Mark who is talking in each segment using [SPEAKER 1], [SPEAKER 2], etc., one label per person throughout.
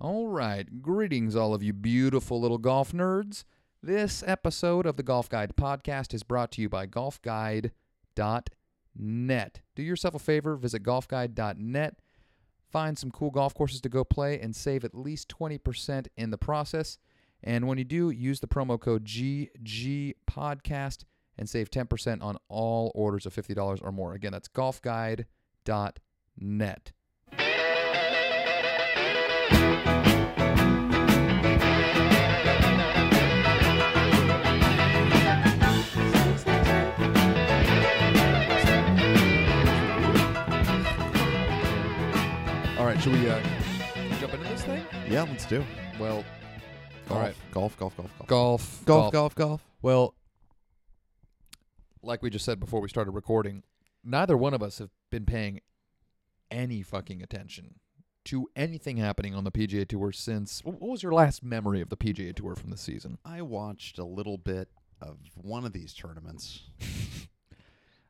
[SPEAKER 1] All right. Greetings, all of you beautiful little golf nerds. This episode of the Golf Guide Podcast is brought to you by golfguide.net. Do yourself a favor, visit golfguide.net, find some cool golf courses to go play, and save at least 20% in the process. And when you do, use the promo code GGPodcast and save 10% on all orders of $50 or more. Again, that's golfguide.net. All right, should we uh, jump into this thing?
[SPEAKER 2] Yeah, let's do.
[SPEAKER 1] Well,
[SPEAKER 2] Golf,
[SPEAKER 1] all right.
[SPEAKER 2] golf, golf, golf, golf,
[SPEAKER 1] Golf,
[SPEAKER 2] golf, golf, golf.
[SPEAKER 1] Well, like we just said before we started recording, neither one of us have been paying any fucking attention to anything happening on the PGA Tour since. wh- What was your last memory of the PGA Tour from the season?
[SPEAKER 2] I watched a little bit of one of these tournaments.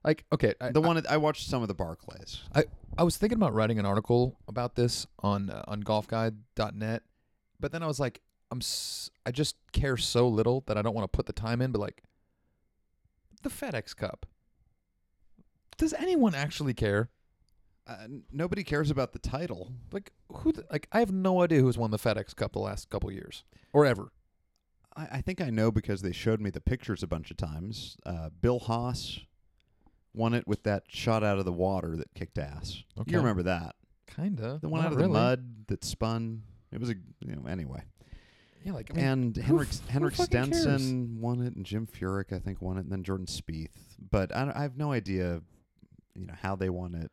[SPEAKER 1] Like, okay, I,
[SPEAKER 2] the one I, watched some of the Barclays.
[SPEAKER 1] I, I was thinking about writing an article about this on uh, on golfguide.net, but then I was like, I'm s- I just care so little that I don't want to put the time in. But like, the FedEx Cup. Does anyone actually care?
[SPEAKER 2] Uh, n- nobody cares about the title.
[SPEAKER 1] Like who? The, like I have no idea who's won the FedEx Cup the last couple years or ever.
[SPEAKER 2] I, I think I know because they showed me the pictures a bunch of times. Uh, Bill Haas won it with that shot out of the water that kicked ass.
[SPEAKER 1] Okay.
[SPEAKER 2] You remember that?
[SPEAKER 1] Kinda.
[SPEAKER 2] The one
[SPEAKER 1] Not
[SPEAKER 2] out of
[SPEAKER 1] really.
[SPEAKER 2] the mud that spun. It was a you know anyway.
[SPEAKER 1] Yeah, like I mean,
[SPEAKER 2] and
[SPEAKER 1] who
[SPEAKER 2] Henrik
[SPEAKER 1] f- who
[SPEAKER 2] Henrik
[SPEAKER 1] fucking cares?
[SPEAKER 2] Stenson won it, and Jim Furyk I think won it, and then Jordan Spieth. But I, don't- I have no idea, you know, how they won it.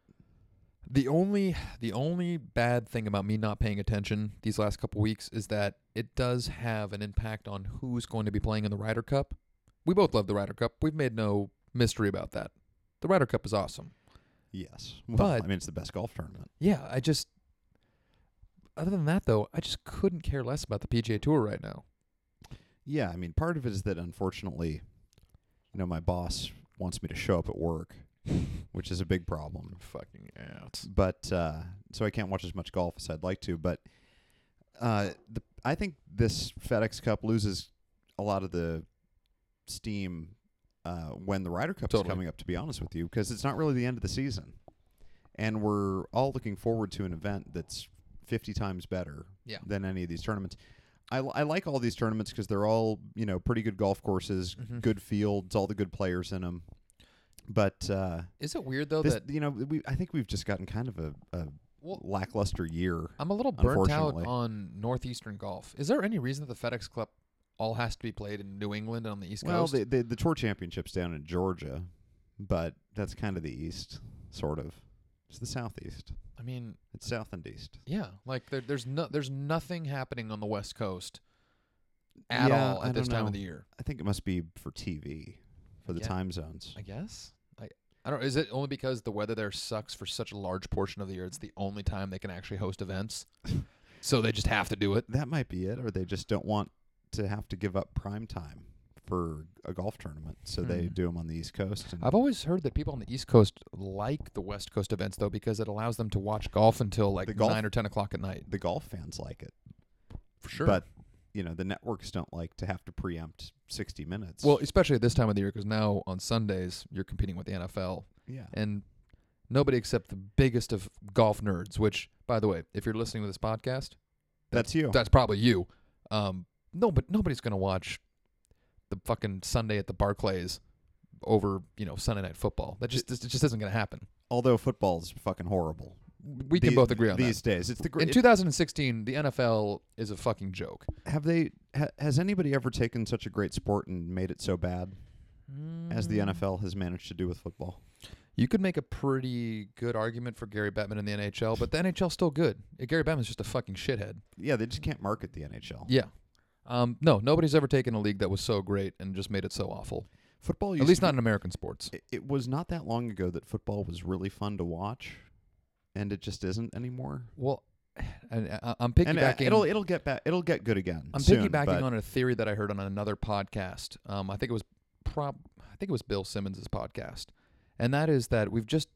[SPEAKER 1] the only the only bad thing about me not paying attention these last couple weeks is that it does have an impact on who's going to be playing in the Ryder Cup. We both love the Ryder Cup. We've made no mystery about that. The Ryder Cup is awesome.
[SPEAKER 2] Yes, well,
[SPEAKER 1] But-
[SPEAKER 2] I mean it's the best golf tournament.
[SPEAKER 1] Yeah, I just other than that though, I just couldn't care less about the PGA Tour right now.
[SPEAKER 2] Yeah, I mean part of it is that unfortunately, you know, my boss wants me to show up at work, which is a big problem.
[SPEAKER 1] Fucking out.
[SPEAKER 2] But uh, so I can't watch as much golf as I'd like to. But uh, the, I think this FedEx Cup loses a lot of the steam uh, when the Ryder Cup
[SPEAKER 1] Totally.
[SPEAKER 2] is coming up. To be honest with you, because it's not really the end of the season, and we're all looking forward to an event that's fifty times better
[SPEAKER 1] Yeah.
[SPEAKER 2] than any of these tournaments. I, li- I like all these tournaments because they're all you know pretty good golf courses,
[SPEAKER 1] Mhm.
[SPEAKER 2] good fields, all the good players in them. But uh,
[SPEAKER 1] Is it weird though
[SPEAKER 2] this,
[SPEAKER 1] that
[SPEAKER 2] you know, we I think we've just gotten kind of a, a
[SPEAKER 1] Well-
[SPEAKER 2] lackluster year.
[SPEAKER 1] I'm a little burnt out
[SPEAKER 2] Unfortunately.
[SPEAKER 1] on northeastern golf. Is there any reason that the FedEx Cup all has to be played in New England and on the East
[SPEAKER 2] Well,
[SPEAKER 1] Coast?
[SPEAKER 2] the, the the tour championships down in Georgia, but that's kind of the east, sort of. It's the southeast.
[SPEAKER 1] I mean,
[SPEAKER 2] It's south and east.
[SPEAKER 1] yeah, like there, there's no, there's nothing happening on the West Coast at
[SPEAKER 2] Yeah,
[SPEAKER 1] all
[SPEAKER 2] I
[SPEAKER 1] at this
[SPEAKER 2] don't
[SPEAKER 1] time of
[SPEAKER 2] know.
[SPEAKER 1] the year.
[SPEAKER 2] I think it must be for TV, for the
[SPEAKER 1] Yeah.
[SPEAKER 2] time zones.
[SPEAKER 1] I guess. I I don't. Is it only because the weather there sucks for such a large portion of the year? It's the only time they can actually host events, so they just have to do it.
[SPEAKER 2] That might be it, or they just don't want to have to give up prime time for a golf tournament, so they
[SPEAKER 1] Hmm.
[SPEAKER 2] do them on the east coast. And
[SPEAKER 1] I've always heard that people on the East Coast like the West Coast events though because it allows them to watch golf until like
[SPEAKER 2] The golf-
[SPEAKER 1] nine or ten o'clock at night.
[SPEAKER 2] the golf fans like it,
[SPEAKER 1] For sure.
[SPEAKER 2] but you know the networks don't like to have to preempt sixty minutes.
[SPEAKER 1] Well, especially at this time of the year, because now on Sundays you're competing with the NFL,
[SPEAKER 2] yeah.
[SPEAKER 1] and nobody except the biggest of golf nerds. Which, by the way, if you're listening to this podcast,
[SPEAKER 2] That's you.
[SPEAKER 1] that's probably you. Um, no, but nobody's gonna watch the fucking Sunday at the Barclays over you know Sunday night football. That just it just isn't gonna happen.
[SPEAKER 2] Although football's fucking horrible.
[SPEAKER 1] We can
[SPEAKER 2] The-
[SPEAKER 1] both agree on that.
[SPEAKER 2] these days. It's the
[SPEAKER 1] In
[SPEAKER 2] great.
[SPEAKER 1] 2016, the NFL is a fucking joke.
[SPEAKER 2] have they? Ha, has anybody ever taken such a great sport and made it so bad as
[SPEAKER 1] Mm.
[SPEAKER 2] the NFL has managed to do with football?
[SPEAKER 1] You could make a pretty good argument for Gary Bettman in the NHL, but the NHL's still good. Gary Bettman's just a fucking shithead.
[SPEAKER 2] Yeah, they just can't market the NHL.
[SPEAKER 1] Yeah. Um, no, nobody's ever taken a league that was so great and just made it so awful.
[SPEAKER 2] Football. Used
[SPEAKER 1] At least
[SPEAKER 2] to
[SPEAKER 1] not
[SPEAKER 2] be-
[SPEAKER 1] in American sports.
[SPEAKER 2] it, it was not that long ago that football was really fun to watch, and it just isn't anymore.
[SPEAKER 1] Well, and I, I'm
[SPEAKER 2] And uh,
[SPEAKER 1] piggybacking.
[SPEAKER 2] it'll it'll get back. It'll get good again.
[SPEAKER 1] I'm
[SPEAKER 2] soon,
[SPEAKER 1] piggybacking
[SPEAKER 2] but
[SPEAKER 1] on a theory that I heard on another podcast. Um, I think it was prob. I think it was Bill Simmons' podcast, and that is that we've just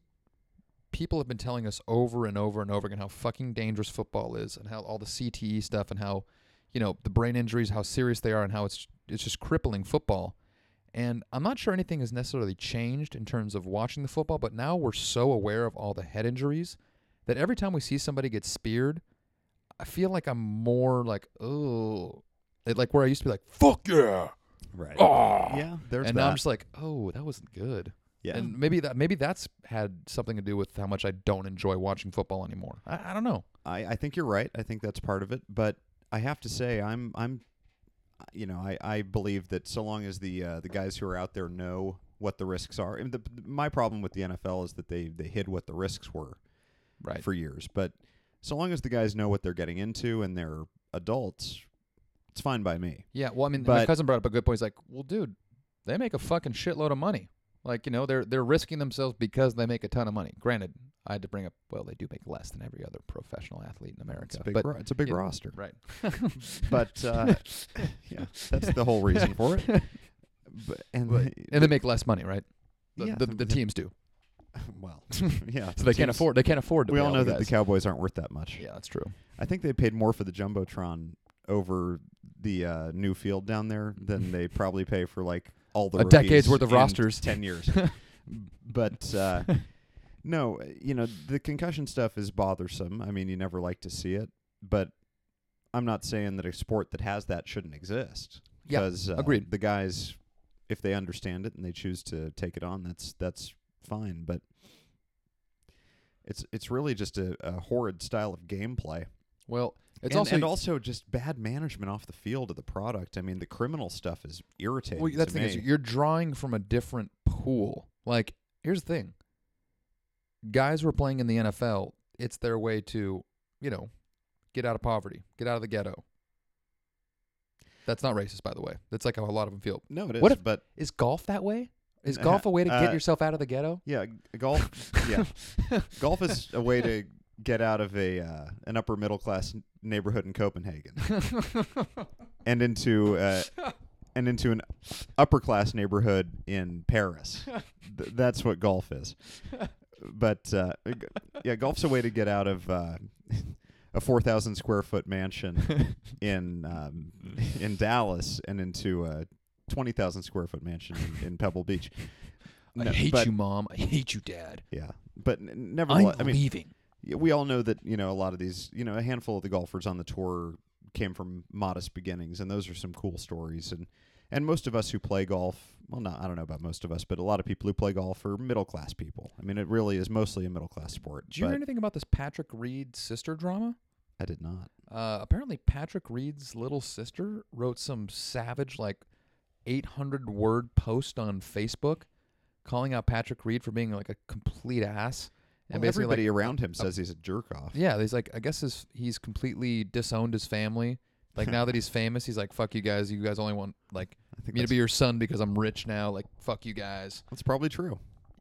[SPEAKER 1] people have been telling us over and over and over again how fucking dangerous football is and how all the CTE stuff and how, you know, the brain injuries, how serious they are and how it's it's just crippling football. And I'm not sure anything has necessarily changed in terms of watching the football, but now we're so aware of all the head injuries that every time we see somebody get speared, I feel like I'm more like, oh, like where I used to be like, fuck yeah.
[SPEAKER 2] Right.
[SPEAKER 1] Oh.
[SPEAKER 2] Yeah. There's
[SPEAKER 1] and
[SPEAKER 2] that.
[SPEAKER 1] now I'm just like, oh, that wasn't good.
[SPEAKER 2] yeah.
[SPEAKER 1] And maybe that maybe that's had something to do with how much I don't enjoy watching football anymore. I, I don't know.
[SPEAKER 2] I, I think you're right. I think that's part of it. But I have to say, I'm I'm, you know, I, I believe that so long as the uh, the guys who are out there know what the risks are. And the, my problem with the NFL is that they they hid what the risks were
[SPEAKER 1] Right.
[SPEAKER 2] for years. But so long as the guys know what they're getting into and they're adults, it's fine by me.
[SPEAKER 1] yeah. Well, I mean, my
[SPEAKER 2] But-
[SPEAKER 1] cousin brought up a good point. He's like, well, dude, they make a fucking shitload of money. Like, you know, they're they're risking themselves because they make a ton of money. Granted, I had to bring up, well, they do make less than every other professional athlete in
[SPEAKER 2] It's
[SPEAKER 1] America.
[SPEAKER 2] a big
[SPEAKER 1] but
[SPEAKER 2] ro- it's a big
[SPEAKER 1] yeah.
[SPEAKER 2] roster.
[SPEAKER 1] right.
[SPEAKER 2] But uh, yeah, that's the whole reason for it. But, and
[SPEAKER 1] Right. and they make less money, right? The,
[SPEAKER 2] Yeah,
[SPEAKER 1] the,
[SPEAKER 2] th-
[SPEAKER 1] the
[SPEAKER 2] th-
[SPEAKER 1] teams do.
[SPEAKER 2] well, yeah.
[SPEAKER 1] So they can't
[SPEAKER 2] teams-
[SPEAKER 1] afford they can't afford to
[SPEAKER 2] We
[SPEAKER 1] pay
[SPEAKER 2] all know
[SPEAKER 1] the
[SPEAKER 2] that the
[SPEAKER 1] guys.
[SPEAKER 2] Cowboys aren't worth that much.
[SPEAKER 1] Yeah, that's true.
[SPEAKER 2] I think they paid more for the jumbotron over the uh, new field down there than they probably pay for like all the
[SPEAKER 1] A decade's
[SPEAKER 2] rookies
[SPEAKER 1] worth of
[SPEAKER 2] in
[SPEAKER 1] rosters.
[SPEAKER 2] ten years. but uh, no, you know the concussion stuff is bothersome. I mean, you never like to see it, but I'm not saying that a sport that has that shouldn't exist.
[SPEAKER 1] Yeah,
[SPEAKER 2] because uh,
[SPEAKER 1] agreed.
[SPEAKER 2] The guys, if they understand it and they choose to take it on, that's that's fine. But it's it's really just a, a horrid style of gameplay.
[SPEAKER 1] Well, it's
[SPEAKER 2] and,
[SPEAKER 1] also
[SPEAKER 2] and also just bad management off the field of the product. I mean, the criminal stuff is irritating.
[SPEAKER 1] Well, that's
[SPEAKER 2] to
[SPEAKER 1] the thing is
[SPEAKER 2] me.
[SPEAKER 1] you're drawing from a different pool. Like, here's the thing: guys were playing in the NFL. It's their way to, you know, get out of poverty, get out of the ghetto. That's not racist, by the way. That's like how a lot of them feel.
[SPEAKER 2] no, it is.
[SPEAKER 1] What if-
[SPEAKER 2] but
[SPEAKER 1] Is golf that way? Is golf a way to
[SPEAKER 2] Uh,
[SPEAKER 1] get yourself out of the ghetto?
[SPEAKER 2] yeah, g- golf. yeah, golf is a way to get out of a uh, an upper middle class n- neighborhood in Copenhagen and into uh, and into an upper class neighborhood in Paris. Th- that's what golf is. But uh, g- yeah, golf's a way to get out of uh, a four thousand square foot mansion in um, in Dallas and into a twenty thousand square foot mansion in, in Pebble Beach.
[SPEAKER 1] I
[SPEAKER 2] No,
[SPEAKER 1] hate
[SPEAKER 2] but-
[SPEAKER 1] you, mom. I hate you, dad.
[SPEAKER 2] Yeah, but n-
[SPEAKER 1] I'm
[SPEAKER 2] nevertheless, I mean,
[SPEAKER 1] leaving.
[SPEAKER 2] y- we all know that you know a lot of these, you know, a handful of the golfers on the tour came from modest beginnings, and those are some cool stories. And and most of us who play golf, well, not I don't know about most of us, but a lot of people who play golf are middle class people. I mean, it really is mostly a middle class sport.
[SPEAKER 1] Did you hear
[SPEAKER 2] but
[SPEAKER 1] anything about this Patrick Reed sister drama?
[SPEAKER 2] I did not.
[SPEAKER 1] Uh, apparently, Patrick Reed's little sister wrote some savage, like, 800 word post on Facebook calling out Patrick Reed for being, like, a complete ass.
[SPEAKER 2] And
[SPEAKER 1] And basically, like,
[SPEAKER 2] everybody around him says he's a jerk off.
[SPEAKER 1] Oh. yeah, he's like, I guess his, he's completely disowned his family. Like, now that he's famous, he's like, fuck you guys. You guys only want, like,
[SPEAKER 2] I think
[SPEAKER 1] me to
[SPEAKER 2] that's,
[SPEAKER 1] be your son because I'm rich now. Like, fuck you guys.
[SPEAKER 2] that's probably true.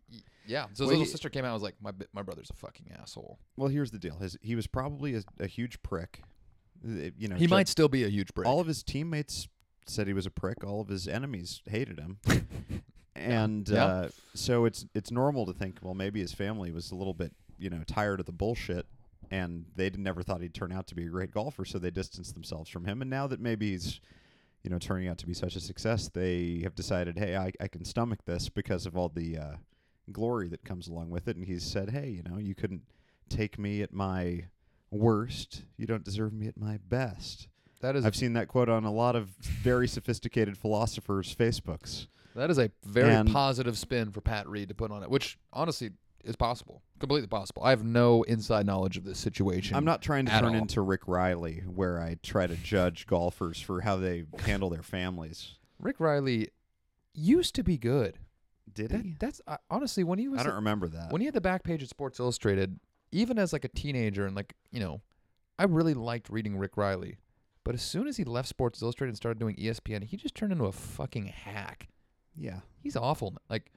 [SPEAKER 1] Y- Yeah. So his
[SPEAKER 2] Well,
[SPEAKER 1] little
[SPEAKER 2] he-
[SPEAKER 1] sister came out and was like, my, bi- my brother's a fucking asshole.
[SPEAKER 2] Well, here's the deal: his, he was probably a, a huge prick. Uh, You know,
[SPEAKER 1] He
[SPEAKER 2] ju-
[SPEAKER 1] might still be a huge prick.
[SPEAKER 2] All of his teammates said he was a prick. All of his enemies hated him. and
[SPEAKER 1] Yeah.
[SPEAKER 2] Uh, so it's it's normal to think, well, maybe his family was a little bit, you know, tired of the bullshit, and they d- never thought he'd turn out to be a great golfer, so they distanced themselves from him. And now that maybe he's, you know, turning out to be such a success, they have decided, hey, I, I can stomach this because of all the uh, glory that comes along with it. And he's said, hey, you know, you couldn't take me at my worst. You don't deserve me at my best.
[SPEAKER 1] that is a
[SPEAKER 2] I've seen that quote on a lot of very sophisticated philosophers' Facebooks.
[SPEAKER 1] That is a very
[SPEAKER 2] And-
[SPEAKER 1] positive spin for Pat Reed to put on it, which honestly is possible, completely possible. I have no inside knowledge of this situation.
[SPEAKER 2] I'm not trying to
[SPEAKER 1] At
[SPEAKER 2] turn
[SPEAKER 1] all.
[SPEAKER 2] into Rick Riley, where I try to judge golfers for how they handle their families.
[SPEAKER 1] Rick Riley used to be good.
[SPEAKER 2] Did
[SPEAKER 1] That,
[SPEAKER 2] he?
[SPEAKER 1] that's I honestly when he was
[SPEAKER 2] I don't
[SPEAKER 1] a-
[SPEAKER 2] remember that.
[SPEAKER 1] when he had the back page at Sports Illustrated, even as like a teenager and like you know, I really liked reading Rick Riley. But as soon as he left Sports Illustrated and started doing E ESPN, he just turned into a fucking hack.
[SPEAKER 2] yeah,
[SPEAKER 1] He's awful. n- Like,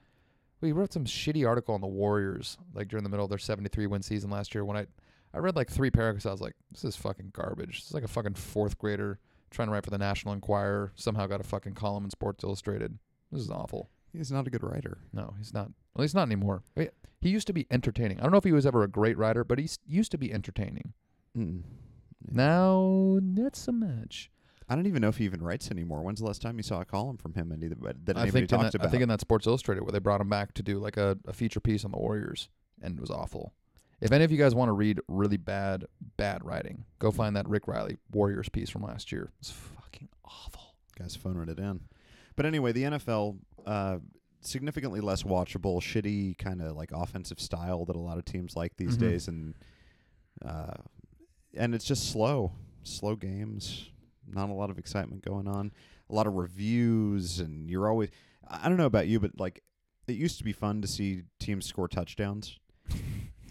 [SPEAKER 1] we wrote some shitty article on the Warriors, like during the middle of their 73 win season last year. When I, I read like three paragraphs, I was like, this is fucking garbage. This is like a fucking fourth grader trying to write for the National Enquirer, somehow got a fucking column in Sports Illustrated. This is awful.
[SPEAKER 2] He's not a good writer.
[SPEAKER 1] No, he's not. Well, he's not anymore. He- He used to be entertaining. I don't know if he was ever a great writer, but he s- used to be entertaining.
[SPEAKER 2] Mm.
[SPEAKER 1] Now, not so much.
[SPEAKER 2] I don't even know if he even writes anymore. When's the last time you saw a column from him any, that, that
[SPEAKER 1] I think,
[SPEAKER 2] anybody
[SPEAKER 1] in
[SPEAKER 2] talked
[SPEAKER 1] that, I
[SPEAKER 2] about?
[SPEAKER 1] think in that Sports Illustrated where they brought him back to do like a, a feature piece on the Warriors, and it was awful. If any of you guys want to read really bad, bad writing, go find that Rick Riley Warriors piece from last year. It's fucking awful.
[SPEAKER 2] Guys, phone it in. But anyway, the NFL uh, significantly less watchable, shitty kind of like offensive style that a lot of teams like these
[SPEAKER 1] Mhm.
[SPEAKER 2] days, and uh, and it's just slow, slow games. Not a lot of excitement going on. A lot of reviews, and you're always. I I don't know about you, but like it used to be fun to see teams score touchdowns.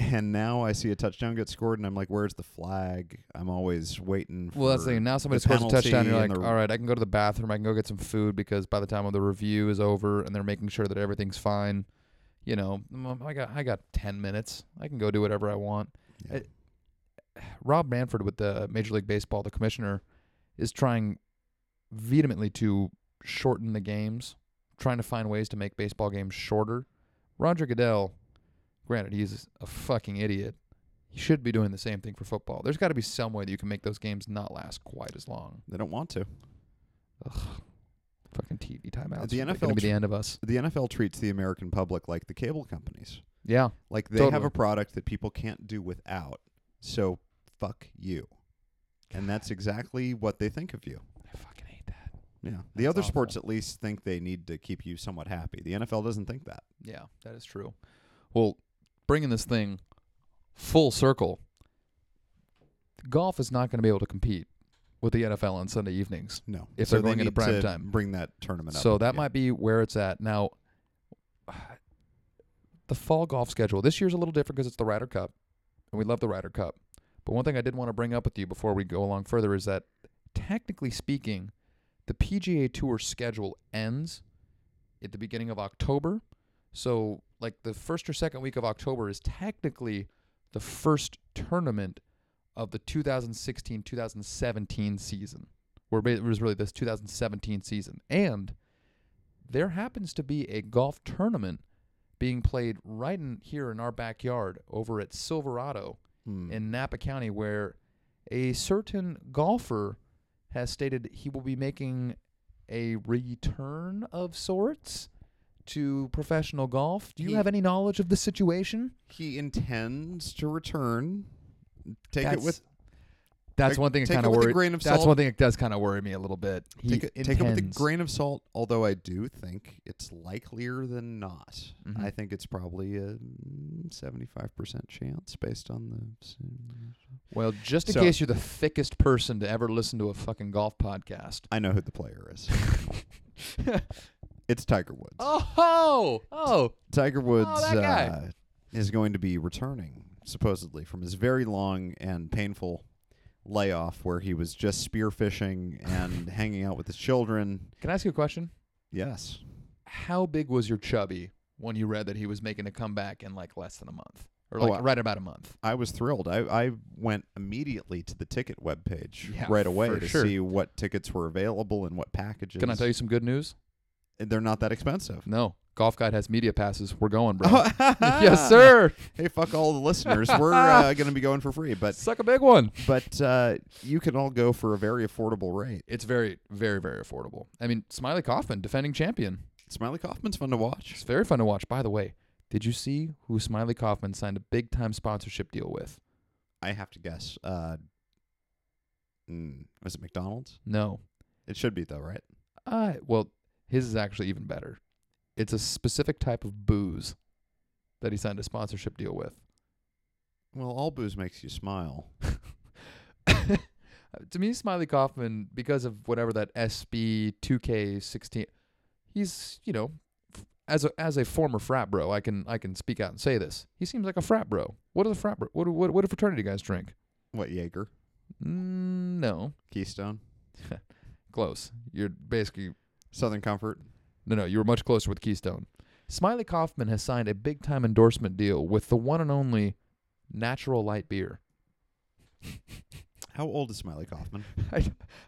[SPEAKER 2] And now I see a touchdown get scored, and I'm like, "Where's the flag?" I'm always waiting. For
[SPEAKER 1] Well, that's the thing. Now somebody
[SPEAKER 2] the
[SPEAKER 1] scores a touchdown,
[SPEAKER 2] penalty
[SPEAKER 1] you're like,
[SPEAKER 2] and the-
[SPEAKER 1] all right, I can go to the bathroom. I can go get some food because by the time the review is over and they're making sure that everything's fine, you know, "Mm, I got I got ten minutes. I can go do whatever I want.
[SPEAKER 2] Yeah.
[SPEAKER 1] It- Rob Manfred with the Major League Baseball, the commissioner, is trying vehemently to shorten the games, trying to find ways to make baseball games shorter. Roger Goodell, granted, he's a fucking idiot. He should be doing the same thing for football. There's got to be some way that you can make those games not last quite as long.
[SPEAKER 2] They don't want to.
[SPEAKER 1] Fucking TV timeouts.
[SPEAKER 2] The
[SPEAKER 1] It's
[SPEAKER 2] NFL
[SPEAKER 1] gonna be
[SPEAKER 2] tr-
[SPEAKER 1] the end of us.
[SPEAKER 2] the NFL treats the American public like the cable companies.
[SPEAKER 1] Yeah,
[SPEAKER 2] Like they have
[SPEAKER 1] Totally.
[SPEAKER 2] a product that people can't do without. So fuck you. And that's exactly what they think of you.
[SPEAKER 1] I fucking hate that.
[SPEAKER 2] Yeah. The
[SPEAKER 1] That's
[SPEAKER 2] other
[SPEAKER 1] awful.
[SPEAKER 2] sports at least think they need to keep you somewhat happy. The NFL doesn't think that.
[SPEAKER 1] Yeah, that is true. Well, bringing this thing full circle, golf is not going to be able to compete with the NFL on Sunday evenings.
[SPEAKER 2] No.
[SPEAKER 1] If
[SPEAKER 2] so
[SPEAKER 1] they're
[SPEAKER 2] they
[SPEAKER 1] going into
[SPEAKER 2] need
[SPEAKER 1] prime
[SPEAKER 2] to
[SPEAKER 1] time.
[SPEAKER 2] Bring that tournament up.
[SPEAKER 1] So that
[SPEAKER 2] Yeah.
[SPEAKER 1] might be where it's at. Now, the fall golf schedule this year's a little different because it's the Ryder Cup, and we love the Ryder Cup. But one thing I did want to bring up with you before we go along further is that, technically speaking, the PGA Tour schedule ends at the beginning of October. So, like the first or second week of October is technically the first tournament of the 2016 2017 season, where ba- it was really this 2017 season. And there happens to be a golf tournament being played right in here in our backyard over at Silverado
[SPEAKER 2] Hmm.
[SPEAKER 1] in Napa County where a certain golfer has stated he will be making a return of sorts to professional golf. Do you
[SPEAKER 2] He-
[SPEAKER 1] have any knowledge of the situation?
[SPEAKER 2] he intends to return. Take it with
[SPEAKER 1] that's
[SPEAKER 2] take-
[SPEAKER 1] one thing that
[SPEAKER 2] take
[SPEAKER 1] kind of
[SPEAKER 2] it with a
[SPEAKER 1] worries.
[SPEAKER 2] grain of
[SPEAKER 1] That's
[SPEAKER 2] salt.
[SPEAKER 1] one thing that does kind of worry me a little bit. He
[SPEAKER 2] take it, take it with a
[SPEAKER 1] intends.
[SPEAKER 2] grain of salt, although I do think it's likelier than not.
[SPEAKER 1] Mhm.
[SPEAKER 2] I think it's probably a mm, 75% chance based on the. s-
[SPEAKER 1] Well, just in
[SPEAKER 2] So-
[SPEAKER 1] case you're the thickest person to ever listen to a fucking golf podcast.
[SPEAKER 2] I know who the player is. it's Tiger Woods.
[SPEAKER 1] Oh, oh,
[SPEAKER 2] Tiger Woods
[SPEAKER 1] that guy.
[SPEAKER 2] Uh, is going to be returning, supposedly, from his very long and painful layoff where he was just spearfishing and hanging out with his children.
[SPEAKER 1] can I ask you a question?
[SPEAKER 2] Yes.
[SPEAKER 1] How big was your chubby when you read that he was making a comeback in like less than a month, or
[SPEAKER 2] Oh,
[SPEAKER 1] like
[SPEAKER 2] I-
[SPEAKER 1] right about a month?
[SPEAKER 2] I was thrilled. I, I went immediately to the ticket webpage
[SPEAKER 1] Yeah,
[SPEAKER 2] right away
[SPEAKER 1] for
[SPEAKER 2] to
[SPEAKER 1] sure.
[SPEAKER 2] see what tickets were available and what packages.
[SPEAKER 1] Can I tell you some good news?
[SPEAKER 2] They're not that expensive.
[SPEAKER 1] No, Golf Guide has media passes. We're going, bro. yes, sir.
[SPEAKER 2] Hey, fuck all the listeners. We're uh, going to be going for free, but
[SPEAKER 1] Suck a big one.
[SPEAKER 2] but uh, you can all go for a very affordable rate.
[SPEAKER 1] It's very, very, very affordable. I mean, Smiley Kaufman, defending champion.
[SPEAKER 2] Smiley Kaufman's fun to watch.
[SPEAKER 1] It's very fun to watch. By the way, did you see who Smiley Kaufman signed a big time sponsorship deal with?
[SPEAKER 2] I have to guess. Uh, mm, was it McDonald's?
[SPEAKER 1] No.
[SPEAKER 2] It should be though, right?
[SPEAKER 1] Uh, well, his is actually even better. It's a specific type of booze that he signed a sponsorship deal with.
[SPEAKER 2] Well, all booze makes you smile.
[SPEAKER 1] to me, Smiley Kaufman, because of whatever that SB 2K16, he's you know, f- as a as a former frat bro, I can I can speak out and say this. He seems like a frat bro. What do the frat bro? What do, what what do fraternity guys drink?
[SPEAKER 2] What Jaeger,
[SPEAKER 1] Mm, no,
[SPEAKER 2] Keystone,
[SPEAKER 1] close. You're basically
[SPEAKER 2] Southern Comfort?
[SPEAKER 1] no no. You were much closer with Keystone. Smiley Kaufman has signed a big time endorsement deal with the one and only Natural Light Beer.
[SPEAKER 2] How old is Smiley Kaufman?
[SPEAKER 1] I,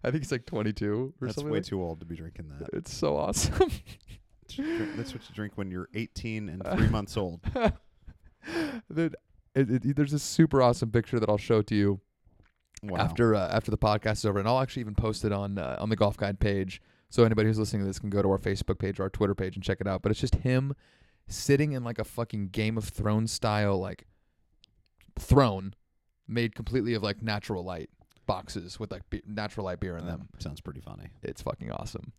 [SPEAKER 1] I think he's like 22 or
[SPEAKER 2] That's
[SPEAKER 1] something.
[SPEAKER 2] way
[SPEAKER 1] like-
[SPEAKER 2] too old to be drinking that.
[SPEAKER 1] It's so awesome.
[SPEAKER 2] what you drink, that's what you drink when you're 18 and three months old.
[SPEAKER 1] Dude, it, it, there's this super awesome picture that I'll show to you
[SPEAKER 2] Wow.
[SPEAKER 1] after uh, after the podcast is over, and I'll actually even post it on uh, on the Golf Guide page, so anybody who's listening to this can go to our Facebook page or our Twitter page and check it out. But it's just him sitting in like a fucking Game of Thrones style like throne made completely of like natural light boxes with like be- natural light beer in
[SPEAKER 2] That
[SPEAKER 1] them.
[SPEAKER 2] sounds pretty funny.
[SPEAKER 1] It's fucking awesome.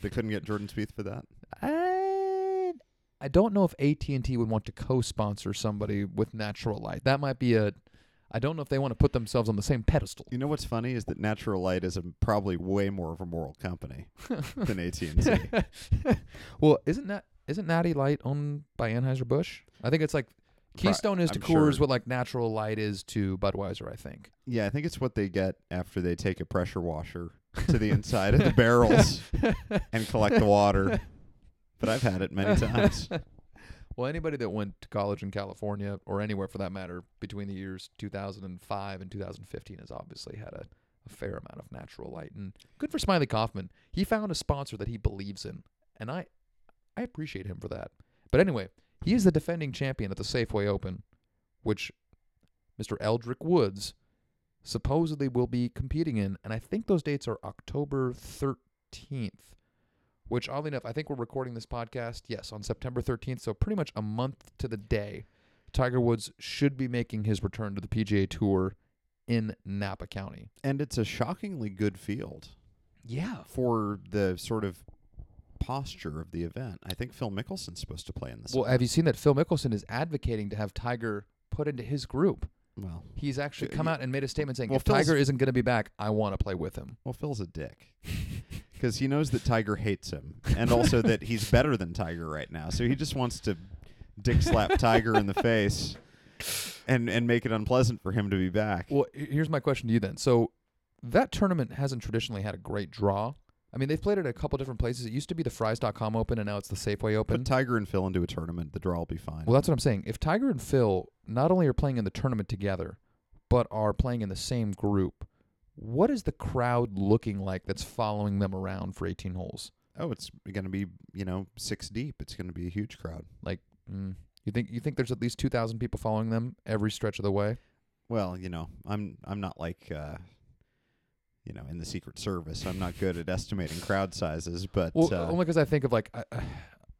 [SPEAKER 2] They couldn't get Jordan Spieth for that.
[SPEAKER 1] I I don't know if AT and T would want to co-sponsor somebody with natural light. That might be a. I don't know if they want to put themselves on the same pedestal.
[SPEAKER 2] You know what's funny is that Natural Light is a, probably way more of a moral company than AT and T.
[SPEAKER 1] well, isn't that isn't Natty Light owned by Anheuser Busch? I think it's like
[SPEAKER 2] Pro-
[SPEAKER 1] Keystone is to
[SPEAKER 2] I'm
[SPEAKER 1] Coors
[SPEAKER 2] sure.
[SPEAKER 1] what like Natural Light is to Budweiser. I think.
[SPEAKER 2] Yeah, I think it's what they get after they take a pressure washer to the inside of the barrels and collect the water. But I've had it many times.
[SPEAKER 1] Well, anybody that went to college in California or anywhere for that matter between the years 2005 and 2015 has obviously had a, a fair amount of natural light. And good for Smiley Kaufman. He found a sponsor that he believes in, and I I appreciate him for that. But anyway, he is the defending champion at the Safeway Open, which Mr. Eldrick Woods supposedly will be competing in, and I think those dates are October 13th which oddly enough, I think we're recording this podcast, yes, on September 13th. So pretty much a month to the day, Tiger Woods should be making his return to the PGA Tour in Napa County.
[SPEAKER 2] And it's a shockingly good field
[SPEAKER 1] Yeah.
[SPEAKER 2] for the sort of posture of the event. I think Phil Mickelson's supposed to play in this.
[SPEAKER 1] Well, have you seen that Phil Mickelson is advocating to have Tiger put into his group?
[SPEAKER 2] well,
[SPEAKER 1] He's actually
[SPEAKER 2] Yeah,
[SPEAKER 1] come
[SPEAKER 2] yeah.
[SPEAKER 1] out and made a statement saying,
[SPEAKER 2] Well,
[SPEAKER 1] if
[SPEAKER 2] Phil's-
[SPEAKER 1] Tiger isn't going to be back, I want to play with him.
[SPEAKER 2] well, Phil's a dick because he knows that Tiger hates him, and also that he's better than Tiger right now. Uh, So he just wants to dick slap Tiger in the face and and make it unpleasant for him to be back.
[SPEAKER 1] Well, he- here's my question to you then. So that tournament hasn't traditionally had a great draw. I mean, they've played it at a couple different places. It used to be the Fries.com Open, and now it's the Safeway Open.
[SPEAKER 2] Put Tiger and Phil into a tournament. The draw will be fine.
[SPEAKER 1] Well, that's what I'm saying. If Tiger and Phil not only are playing in the tournament together, but are playing in the same group, what is the crowd looking like that's following them around for 18 holes?
[SPEAKER 2] oh, it's going to be you know six deep. It's going to be a huge crowd.
[SPEAKER 1] Mm. You think you think there's at least 2,000 people following them every stretch of the way?
[SPEAKER 2] Well, you know, I'm I'm not like uh, you know in the Secret Service. I'm not good at estimating crowd sizes, but
[SPEAKER 1] Well, oh
[SPEAKER 2] uh,
[SPEAKER 1] only because I think of like a,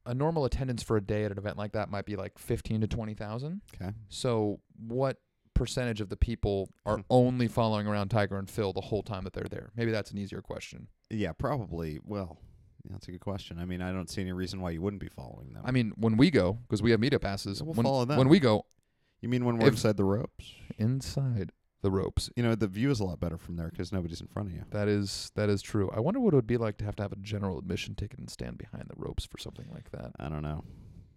[SPEAKER 1] a normal attendance for a day at an event like that might be like 15 to 20,000.
[SPEAKER 2] okay.
[SPEAKER 1] So what percentage of the people are
[SPEAKER 2] Hmm.
[SPEAKER 1] only following around Tiger and Phil the whole time that they're there? Maybe that's an easier question.
[SPEAKER 2] Yeah, probably. Well, yeah, that's a good question. I mean, I don't see any reason why you wouldn't be following them.
[SPEAKER 1] I mean, when we go, because we have meetup passes,
[SPEAKER 2] Yeah, we'll
[SPEAKER 1] when,
[SPEAKER 2] follow them.
[SPEAKER 1] when we go
[SPEAKER 2] you mean when we're
[SPEAKER 1] if-
[SPEAKER 2] inside the ropes?
[SPEAKER 1] inside the ropes,
[SPEAKER 2] You know, the view is a lot better from there 'cause nobody's in front of you.
[SPEAKER 1] that is that is true. I wonder what it would be like to have to have a general admission ticket and stand behind the ropes for something like that.
[SPEAKER 2] I don't know.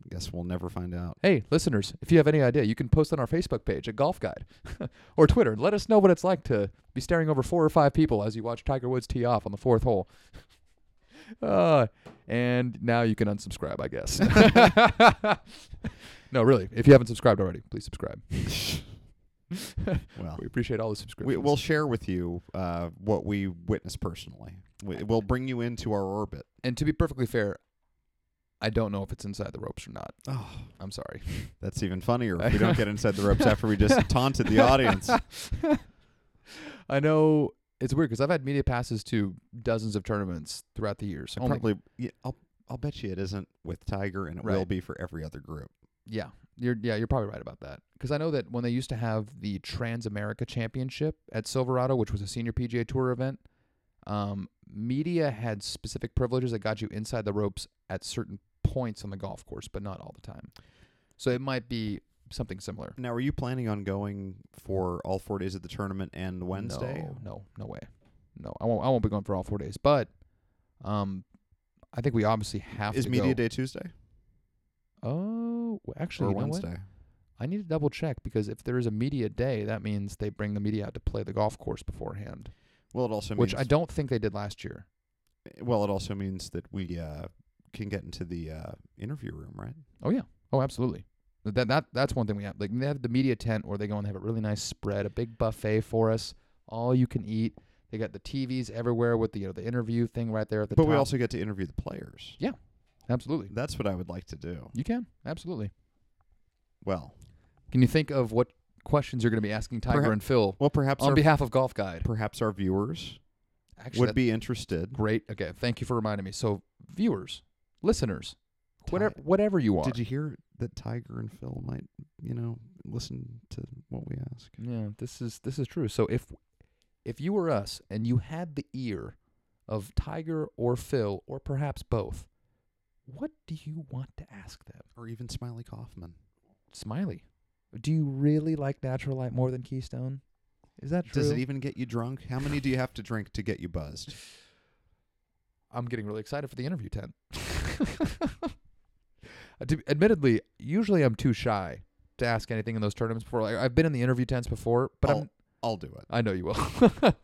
[SPEAKER 2] Guess we'll never find out.
[SPEAKER 1] Hey, listeners, if you have any idea, you can post on our Facebook page at Golf Guide or Twitter. Let us know what it's like to be staring over four or five people as you watch Tiger Woods tee off on the fourth hole. Uh, and now you can unsubscribe, I guess. no, really. If you haven't subscribed already, please subscribe.
[SPEAKER 2] Well,
[SPEAKER 1] We appreciate all the
[SPEAKER 2] we,
[SPEAKER 1] subscriptions.
[SPEAKER 2] we'll share with you uh, what we witnessed personally. We, we'll bring you into our orbit.
[SPEAKER 1] and to be perfectly fair, I don't know if it's inside the ropes or not.
[SPEAKER 2] Oh,
[SPEAKER 1] I'm sorry.
[SPEAKER 2] that's even funnier if we don't get inside the ropes after we just taunted the audience.
[SPEAKER 1] I know it's weird because I've had media passes to dozens of tournaments throughout the years.
[SPEAKER 2] I
[SPEAKER 1] Only-
[SPEAKER 2] probably, yeah, I'll, I'll bet you it isn't with Tiger, and it will
[SPEAKER 1] Right.
[SPEAKER 2] be for every other group.
[SPEAKER 1] yeah, you're yeah, you're probably right about that. Because I know that when they used to have the Trans America Championship at Silverado, which was a senior PGA Tour event, um, media had specific privileges that got you inside the ropes at certain points on the golf course, but not all the time. So it might be something similar.
[SPEAKER 2] Now, are you planning on going for all four days of the tournament and Wednesday?
[SPEAKER 1] No, no, no way. No, I won't. I won't be going for all four days. But, um, I think we obviously have
[SPEAKER 2] Is
[SPEAKER 1] to
[SPEAKER 2] media
[SPEAKER 1] go.
[SPEAKER 2] day Tuesday
[SPEAKER 1] Oh, well, actually,
[SPEAKER 2] or
[SPEAKER 1] you know what?
[SPEAKER 2] Wednesday?
[SPEAKER 1] I need to double check because if there is a media day, that means they bring the media out to play the golf course beforehand,
[SPEAKER 2] Well, it also
[SPEAKER 1] which I
[SPEAKER 2] means,
[SPEAKER 1] don't think they did last year.
[SPEAKER 2] Well, it also means that we uh, can get into the uh, interview room, right?
[SPEAKER 1] Oh yeah. Oh, absolutely. Th- That that that's one thing we have. Like they have the media tent, or they go and have a really nice spread, a big buffet for us, all you can eat. They got the TVs everywhere with the you know, the interview thing right there at the
[SPEAKER 2] but
[SPEAKER 1] top.
[SPEAKER 2] we also get to interview the players.
[SPEAKER 1] Yeah. Absolutely.
[SPEAKER 2] That's what I would like to do.
[SPEAKER 1] You can. Absolutely.
[SPEAKER 2] Well,
[SPEAKER 1] Can you think of what questions you're going to be asking Tiger
[SPEAKER 2] Perhaps-
[SPEAKER 1] and Phil
[SPEAKER 2] well, perhaps
[SPEAKER 1] on
[SPEAKER 2] our,
[SPEAKER 1] behalf of Golf Guide?
[SPEAKER 2] perhaps our viewers
[SPEAKER 1] Actually,
[SPEAKER 2] would
[SPEAKER 1] that's
[SPEAKER 2] be interested.
[SPEAKER 1] great. Okay. Thank you for reminding me. So, viewers, listeners, whatever,
[SPEAKER 2] Ti-
[SPEAKER 1] whatever you are.
[SPEAKER 2] Did you hear that Tiger and Phil might, you know, listen to what we ask?
[SPEAKER 1] Yeah, this is this is true. So if if you were us and you had the ear of Tiger or Phil or perhaps both, what do you want to ask them?
[SPEAKER 2] Or even Smiley Kaufman.
[SPEAKER 1] Smiley, do you really like natural light more than Keystone? Is that true?
[SPEAKER 2] Does it even get you drunk? How many do you have to drink to get you buzzed?
[SPEAKER 1] I'm getting really excited for the interview tent. Admittedly, usually I'm too shy to ask anything in those tournaments before. Like, I've been in the interview tents before, but
[SPEAKER 2] I'll,
[SPEAKER 1] I'm,
[SPEAKER 2] I'll do it.
[SPEAKER 1] I know you will.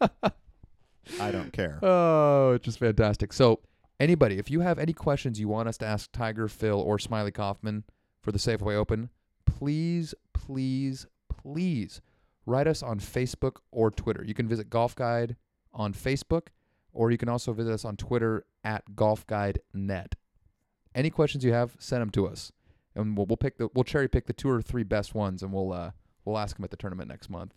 [SPEAKER 2] I don't care.
[SPEAKER 1] Oh, it's just fantastic. So, anybody, if you have any questions you want us to ask Tiger, Phil, or Smiley Kaufman for the Safeway Open, please, please, please write us on Facebook or Twitter. You can visit Golf Guide on Facebook, or you can also visit us on Twitter at Golf Guide Net. Any questions you have, send them to us, and we'll, we'll pick the we'll cherry pick the two or three best ones, and we'll uh, we'll ask them at the tournament next month,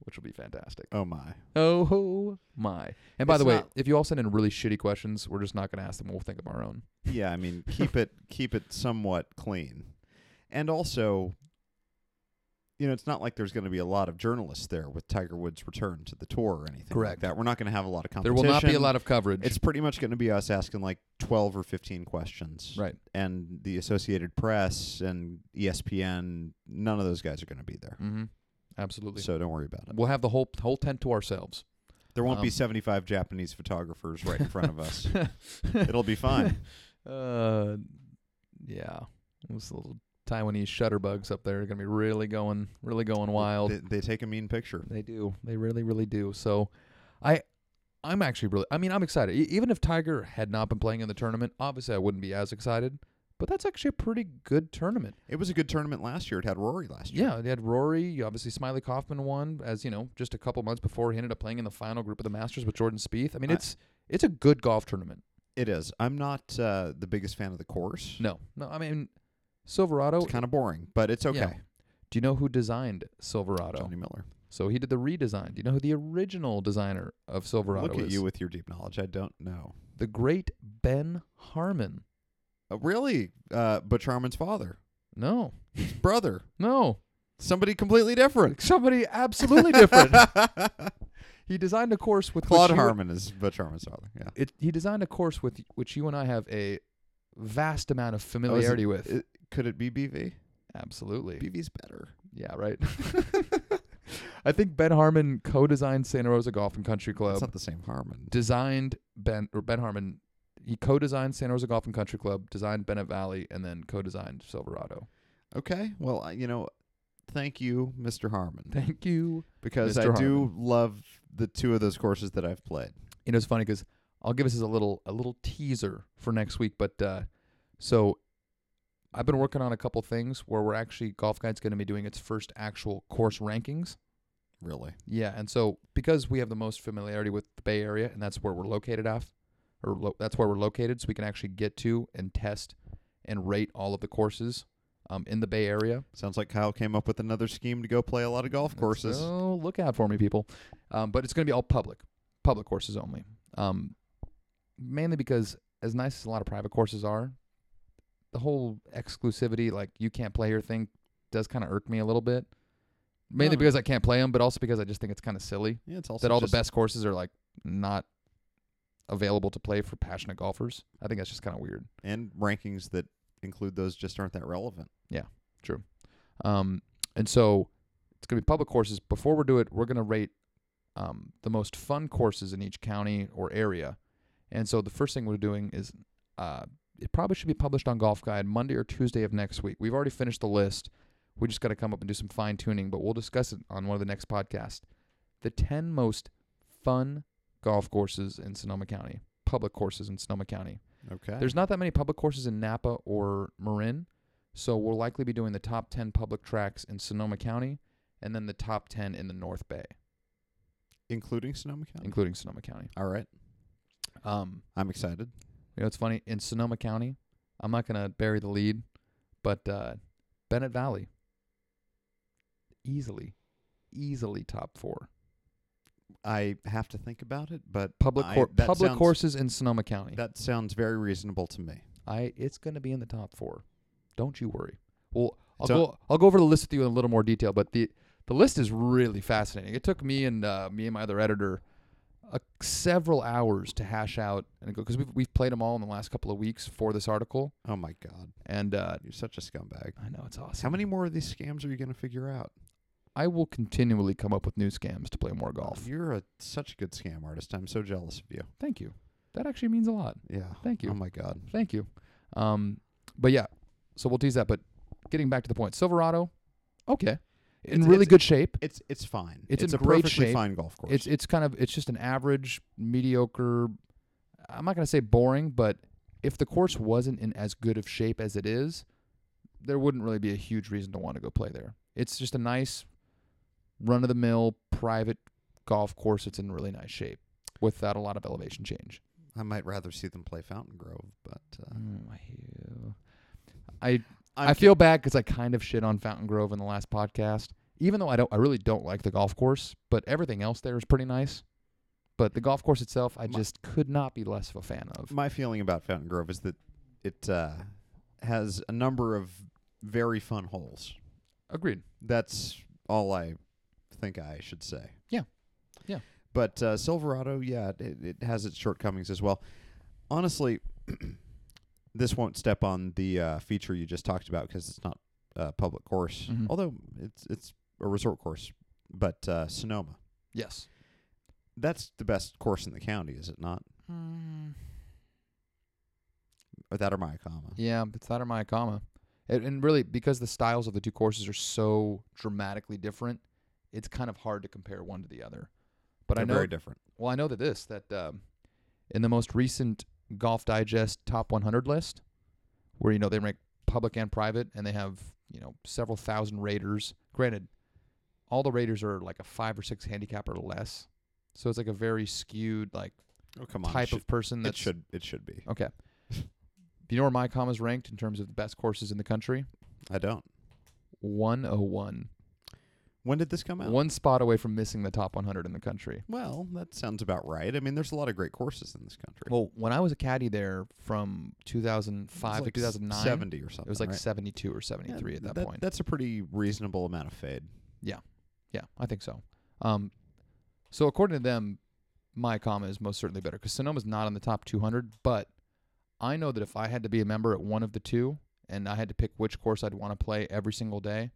[SPEAKER 1] which will be fantastic.
[SPEAKER 2] Oh my.
[SPEAKER 1] Oh my! And by
[SPEAKER 2] It's
[SPEAKER 1] the way,
[SPEAKER 2] not-
[SPEAKER 1] if you all send in really shitty questions, we're just not going to ask them. We'll think of our own.
[SPEAKER 2] Yeah, I mean, keep it keep it somewhat clean. And also you know, it's not like there's going to be a lot of journalists there with Tiger Woods' return to the tour or anything
[SPEAKER 1] Correct.
[SPEAKER 2] like that. We're not going to have a lot of
[SPEAKER 1] There
[SPEAKER 2] competition.
[SPEAKER 1] will not be a lot of coverage.
[SPEAKER 2] It's pretty much going to be us asking like 12 or 15 questions.
[SPEAKER 1] right.
[SPEAKER 2] And the Associated Press and E ESPN, none of those guys are going to be there.
[SPEAKER 1] Mm-hmm. Absolutely.
[SPEAKER 2] So don't worry about it.
[SPEAKER 1] we'll have the whole whole tent to ourselves.
[SPEAKER 2] There won't be
[SPEAKER 1] Um,
[SPEAKER 2] 75 Japanese photographers right in front of us. It'll be fine.
[SPEAKER 1] Uh, yeah. Those little Taiwanese shutterbugs up there are going to be really going, really going wild.
[SPEAKER 2] They, they take a mean picture.
[SPEAKER 1] They do. They really, really do. So, I, I'm actually really. I mean, I'm excited. E- even if Tiger had not been playing in the tournament, obviously I wouldn't be as excited. But that's actually a pretty good tournament.
[SPEAKER 2] It was a good tournament last year. It had Rory last year.
[SPEAKER 1] Yeah, they had Rory. You obviously Smiley Kaufman won, as you know, just a couple months before he ended up playing in the final group of the Masters with Jordan Spieth. I mean,
[SPEAKER 2] I-
[SPEAKER 1] it's it's a good golf tournament.
[SPEAKER 2] It is. I'm not uh, the biggest fan of the course.
[SPEAKER 1] No, no. I mean, Silverado.
[SPEAKER 2] It's kind of boring, but it's okay. e-
[SPEAKER 1] yeah. uh, Do you know who designed Silverado?
[SPEAKER 2] Johnny Miller.
[SPEAKER 1] So he did the redesign. Do you know who the original designer of Silverado
[SPEAKER 2] Look at
[SPEAKER 1] is?
[SPEAKER 2] you with your deep knowledge. I don't know.
[SPEAKER 1] The great Ben Harmon.
[SPEAKER 2] Uh, really? Uh, but Charman's father,
[SPEAKER 1] No,
[SPEAKER 2] brother,
[SPEAKER 1] no.
[SPEAKER 2] somebody completely different.
[SPEAKER 1] Somebody absolutely different. he designed a course with which
[SPEAKER 2] Claude
[SPEAKER 1] you-
[SPEAKER 2] Harmon is but Charman's father. Yeah.
[SPEAKER 1] It, he designed a course with which you and I have a vast amount of
[SPEAKER 2] it-
[SPEAKER 1] familiarity with.
[SPEAKER 2] it- could it be BV?
[SPEAKER 1] absolutely.
[SPEAKER 2] BV's better.
[SPEAKER 1] yeah, right. I think Ben Harmon co-designed Santa Rosa Golf and Country
[SPEAKER 2] It's
[SPEAKER 1] Club.
[SPEAKER 2] not the same Harmon.
[SPEAKER 1] designed Ben or Ben Harmon. He co-designed Santa Rosa Golf and Country Club, designed Bennett Valley, and then co-designed Silverado.
[SPEAKER 2] Okay. Well, I- you know, thank you, Mr. Harmon.
[SPEAKER 1] Thank you.
[SPEAKER 2] because
[SPEAKER 1] Mr.
[SPEAKER 2] I do love the two of those courses that I've played.
[SPEAKER 1] You know, it's funny because I'll give us a little a little teaser for next week. But uh, so I've been working on a couple things where we're actually Golf Guide's going to be doing its first actual course rankings.
[SPEAKER 2] Really?
[SPEAKER 1] Yeah, and so because we have the most familiarity with the Bay Area, and that's where we're located off, or lo- that's where we're located, so we can actually get to and test and rate all of the courses um, in the Bay Area.
[SPEAKER 2] Sounds like Kyle came up with another scheme to go play a lot of golf courses.
[SPEAKER 1] So look out for me, people. Um, but it's going to be all public, public courses only. Um, mainly because as nice as a lot of private courses are, the whole exclusivity, like you can't play here thing, does kind of irk me a little bit. Mainly
[SPEAKER 2] No.
[SPEAKER 1] because I can't play them, but also because I just think it's kind of silly.
[SPEAKER 2] yeah, it's also
[SPEAKER 1] that all the
[SPEAKER 2] just-
[SPEAKER 1] best courses are like not available to play for passionate golfers. I think that's just kind of weird.
[SPEAKER 2] and rankings that include those just aren't that relevant.
[SPEAKER 1] Um, and so it's going to be public courses. Before we do it, we're going to rate um, the most fun courses in each county or area. And so the first thing we're doing is uh, it probably should be published on Golf Guide Monday or Tuesday of next week. We've already finished the list. We just got to come up and do some fine tuning, but we'll discuss it on one of the next podcasts. The 10 most fun golf courses in Sonoma County, public courses in Sonoma County.
[SPEAKER 2] Okay.
[SPEAKER 1] There's not that many public courses in Napa or Marin, so we'll likely be doing the top 10 public tracks in Sonoma County and then the top 10 in the North Bay,
[SPEAKER 2] including Sonoma County.
[SPEAKER 1] including Sonoma County.
[SPEAKER 2] all right.
[SPEAKER 1] Um,
[SPEAKER 2] I'm excited.
[SPEAKER 1] you know, it's funny in Sonoma County, I'm not gonna bury the lead, but uh, Bennett Valley easily, easily top four.
[SPEAKER 2] I have to think about it, but
[SPEAKER 1] Public
[SPEAKER 2] I-
[SPEAKER 1] cour-
[SPEAKER 2] that
[SPEAKER 1] public
[SPEAKER 2] sounds-
[SPEAKER 1] courses in Sonoma County.
[SPEAKER 2] That sounds very reasonable to me.
[SPEAKER 1] I it's gonna be in the top four. Don't you worry. Well, I'll
[SPEAKER 2] So-
[SPEAKER 1] go I'll go over the list with you in a little more detail, but the the list is really fascinating. It took me and uh, me and my other editor uh, several hours to hash out and go because we've we've played them all in the last couple of weeks for this article,
[SPEAKER 2] Oh my god,
[SPEAKER 1] and uh,
[SPEAKER 2] you're such a scumbag.
[SPEAKER 1] I know it's awesome.
[SPEAKER 2] How many more of these scams are you going to figure out?
[SPEAKER 1] I will continually come up with new scams to play more golf.
[SPEAKER 2] You're a, such a good scam artist. I'm so jealous of you.
[SPEAKER 1] Thank you. That actually means a lot.
[SPEAKER 2] Yeah.
[SPEAKER 1] Thank you.
[SPEAKER 2] Oh my god.
[SPEAKER 1] Thank you. Um, but yeah, so we'll tease that. But getting back to the point, Silverado, okay, in
[SPEAKER 2] It's-
[SPEAKER 1] really
[SPEAKER 2] it's-
[SPEAKER 1] good shape.
[SPEAKER 2] It's it's fine.
[SPEAKER 1] It's
[SPEAKER 2] It's,
[SPEAKER 1] in
[SPEAKER 2] a
[SPEAKER 1] great
[SPEAKER 2] perfectly
[SPEAKER 1] shape.
[SPEAKER 2] fine golf course.
[SPEAKER 1] It's it's kind of it's just an average, mediocre. I'm not gonna say boring, but if the course wasn't in as good of shape as it is, there wouldn't really be a huge reason to want to go play there. It's just a nice, run of the mill private golf course. It's in really nice shape without a lot of elevation change.
[SPEAKER 2] I might rather see them play Fountain Grove, but uh,
[SPEAKER 1] I
[SPEAKER 2] I'm
[SPEAKER 1] Mm-hmm. i feel bad because I kind of shit on Fountain Grove in the last podcast. Even though I don't, I really don't like the golf course, but everything else there is pretty nice. But the golf course itself, I
[SPEAKER 2] My-
[SPEAKER 1] just could not be less of a fan of.
[SPEAKER 2] my feeling about Fountain Grove is that it uh, has a number of very fun holes.
[SPEAKER 1] Agreed.
[SPEAKER 2] That's all I think I should say.
[SPEAKER 1] Yeah. Yeah.
[SPEAKER 2] But uh, Silverado, yeah, it, it has its shortcomings as well. Honestly, this won't step on the uh, feature you just talked about because it's not a public course,
[SPEAKER 1] Mhm.
[SPEAKER 2] although it's it's a resort course. But uh, Sonoma,
[SPEAKER 1] Yes.
[SPEAKER 2] that's the best course in the county, is it not? Hmm. Or that or Mayakama?
[SPEAKER 1] Yeah, it's that or my comma, and, and really because the styles of the two courses are so dramatically different, it's kind of hard to compare one to the other. But I
[SPEAKER 2] They're
[SPEAKER 1] know
[SPEAKER 2] very different.
[SPEAKER 1] Well, I know that this that um, in the most recent Golf Digest Top 100 list, where you know they rank public and private, and they have you know several thousand raters. Granted, all the raters are like a five or six handicap or less, so it's like a very skewed like
[SPEAKER 2] Oh come on,
[SPEAKER 1] type
[SPEAKER 2] it should,
[SPEAKER 1] of person.
[SPEAKER 2] it
[SPEAKER 1] That
[SPEAKER 2] should it should be.
[SPEAKER 1] okay. Do you know where my com is ranked in terms of the best courses in the country?
[SPEAKER 2] I don't.
[SPEAKER 1] 101.
[SPEAKER 2] When did this come out?
[SPEAKER 1] One spot away from missing the top 100 in the country.
[SPEAKER 2] Well, that sounds about right. I mean, there's a lot of great courses in this country.
[SPEAKER 1] Well, when I was a caddy there from
[SPEAKER 2] It was
[SPEAKER 1] 2005
[SPEAKER 2] like
[SPEAKER 1] to 2009,
[SPEAKER 2] seventy or something.
[SPEAKER 1] It was like
[SPEAKER 2] right?
[SPEAKER 1] 72 or 73
[SPEAKER 2] Yeah,
[SPEAKER 1] at that, point.
[SPEAKER 2] That's a pretty reasonable amount of fade.
[SPEAKER 1] yeah, I think so. Um, so according to them, my comma is most certainly better because Sonoma's not on the top 200. But I know that if I had to be a member at one of the two and I had to pick which course I'd want to play every single day,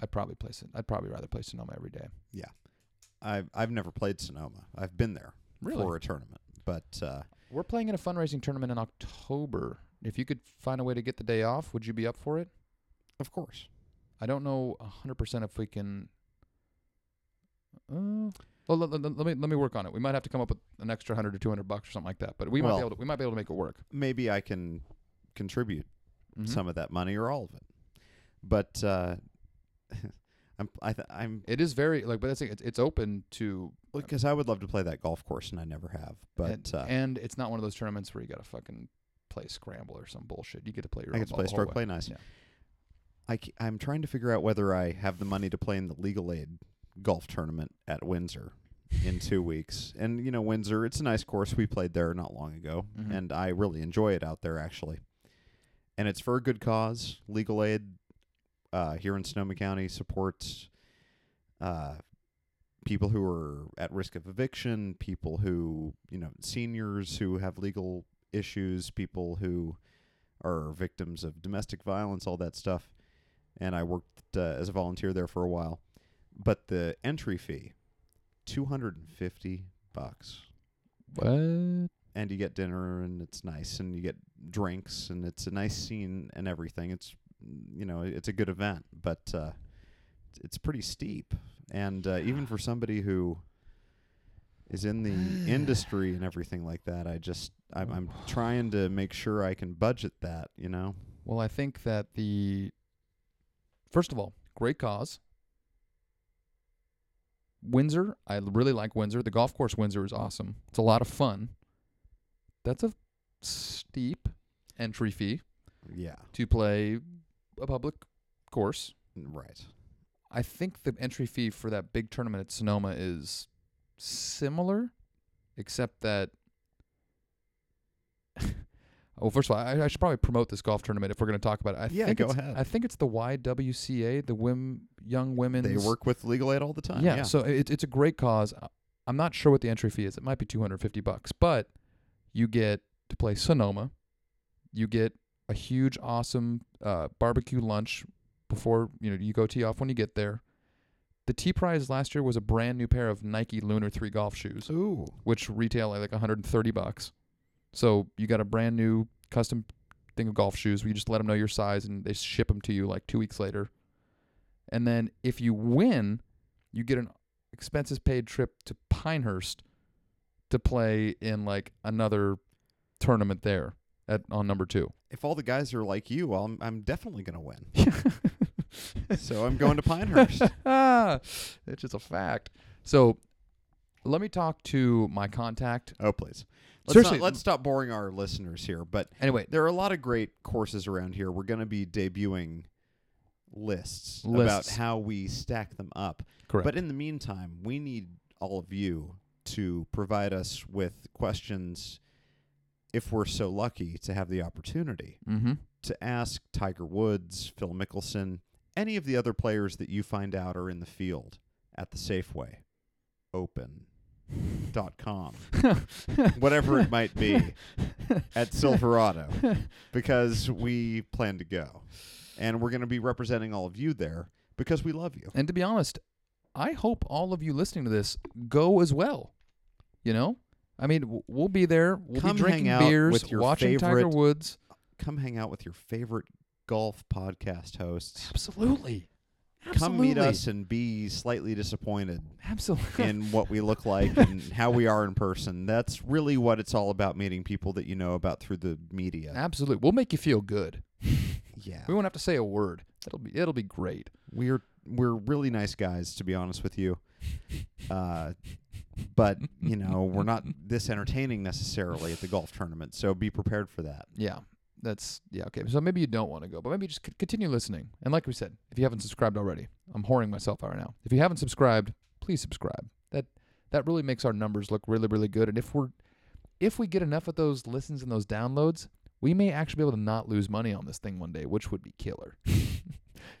[SPEAKER 1] I'd probably play. Son- I'd probably rather play Sonoma every day.
[SPEAKER 2] I've I've never played Sonoma. I've been there for a tournament, but uh,
[SPEAKER 1] We're playing in a fundraising tournament in October. If you could find a way to get the day off, would you be up for it?
[SPEAKER 2] of course,
[SPEAKER 1] I don't know a 100% if we can. Uh, well, let, let- let me let me work on it. We might have to come up with an extra 100 or 200 bucks or something like that, but we might
[SPEAKER 2] Well-
[SPEAKER 1] be able to, we might be able to make it work.
[SPEAKER 2] maybe I can contribute
[SPEAKER 1] Mhm.
[SPEAKER 2] some of that money or all of it. But uh, I'm I th- I'm
[SPEAKER 1] It is very like but that's it, it's, it's open to
[SPEAKER 2] because I would love to play that golf course and I never have. But
[SPEAKER 1] and,
[SPEAKER 2] uh,
[SPEAKER 1] and it's not one of those tournaments where you got to fucking play scramble or some bullshit. You get to play your
[SPEAKER 2] I
[SPEAKER 1] own
[SPEAKER 2] get to
[SPEAKER 1] ball
[SPEAKER 2] play
[SPEAKER 1] the whole
[SPEAKER 2] stroke
[SPEAKER 1] way.
[SPEAKER 2] play nice.
[SPEAKER 1] Yeah.
[SPEAKER 2] I c- I'm trying to figure out whether I have the money to play in the legal aid golf tournament at Windsor in two weeks. And you know Windsor, it's a nice course. We played there not long ago,
[SPEAKER 1] Mhm.
[SPEAKER 2] and I really enjoy it out there actually. And it's for a good cause. Legal aid uh, here in Sonoma County supports uh, people who are at risk of eviction, people who you know seniors who have legal issues, people who are victims of domestic violence, all that stuff. And I worked uh, as a volunteer there for a while, but the entry fee, two hundred and fifty bucks,
[SPEAKER 1] What?
[SPEAKER 2] and you get dinner and it's nice, and you get drinks, and it's a nice scene and everything. It's you know it's a good event, but uh, it's pretty steep, and uh, even for somebody who is in the industry and everything like that, I just I'm, I'm trying to make sure I can budget that, you know.
[SPEAKER 1] Well, I think that the first of all, great cause. Windsor, I l- really like Windsor. The golf course Windsor is awesome. It's a lot of fun. That's a steep entry fee
[SPEAKER 2] Yeah.
[SPEAKER 1] to play a public course.
[SPEAKER 2] Right.
[SPEAKER 1] I think the entry fee for that big tournament at Sonoma is similar, except that. oh, first of all, I, I should probably promote this golf tournament if we're going to talk about it. I
[SPEAKER 2] Yeah,
[SPEAKER 1] think
[SPEAKER 2] go
[SPEAKER 1] it's-
[SPEAKER 2] ahead.
[SPEAKER 1] I think it's the YWCA, the Wim Young Women's.
[SPEAKER 2] They work with legal aid all the time.
[SPEAKER 1] yeah,
[SPEAKER 2] Yeah.
[SPEAKER 1] so it, it's a great cause. I- I'm not sure what the entry fee is. It might be 250 bucks, but you get to play Sonoma. You get a huge, awesome uh, barbecue lunch before you know you go tee off when you get there. The tee prize last year was a brand new pair of Nike Lunar Three golf shoes,
[SPEAKER 2] Ooh.
[SPEAKER 1] which retail at like 130 bucks. So you got a brand new custom thing of golf shoes where you just let them know your size and they ship them to you like two weeks later. And then if you win, you get an expenses paid trip to Pinehurst to play in like another tournament there at on number two.
[SPEAKER 2] If all the guys are like you, well, I'm, I'm definitely going to win. So I'm going to Pinehurst.
[SPEAKER 1] it's just a fact. So let me talk to my contact.
[SPEAKER 2] Oh, please. Let's
[SPEAKER 1] Seriously.
[SPEAKER 2] not, let's stop boring our listeners here. But
[SPEAKER 1] Anyway,
[SPEAKER 2] there are a lot of great courses around here. We're going to be debuting lists, about
[SPEAKER 1] Lists.
[SPEAKER 2] how we stack them up.
[SPEAKER 1] correct.
[SPEAKER 2] But in the meantime, we need all of you to provide us with questions if we're so lucky to have the opportunity
[SPEAKER 1] mm-hmm.
[SPEAKER 2] to ask Tiger Woods, Phil Mickelson, any of the other players that you find out are in the field at the Safeway Open dot com whatever it might be at Silverado because we plan to go and we're going to be representing all of you there because we love you
[SPEAKER 1] And to be honest, I hope all of you listening to this go as well. You know, I mean, w- we'll be there. We'll
[SPEAKER 2] Come
[SPEAKER 1] be
[SPEAKER 2] hang
[SPEAKER 1] drinking
[SPEAKER 2] out
[SPEAKER 1] beers,
[SPEAKER 2] with your
[SPEAKER 1] watching Tiger
[SPEAKER 2] favorite-
[SPEAKER 1] Woods.
[SPEAKER 2] come hang out with your favorite golf podcast hosts
[SPEAKER 1] Absolutely.
[SPEAKER 2] come meet us and be slightly disappointed
[SPEAKER 1] Absolutely.
[SPEAKER 2] in what we look like and how we are in person that's really what it's all about meeting people that you know about through the media
[SPEAKER 1] Absolutely. We'll make you feel good.
[SPEAKER 2] yeah
[SPEAKER 1] We won't have to say a word. It'll be it'll be great.
[SPEAKER 2] we're we're really nice guys to be honest with you uh, but you know we're not this entertaining necessarily at the golf tournament so be prepared for that
[SPEAKER 1] Yeah. That's yeah, okay. So maybe you don't want to go, but maybe just c- continue listening. And like we said, if you haven't subscribed already, I'm whoring myself out right now. If you haven't subscribed, please subscribe. That that really makes our numbers look really really good and if we're if we get enough of those listens and those downloads, we may actually be able to not lose money on this thing one day, which would be killer.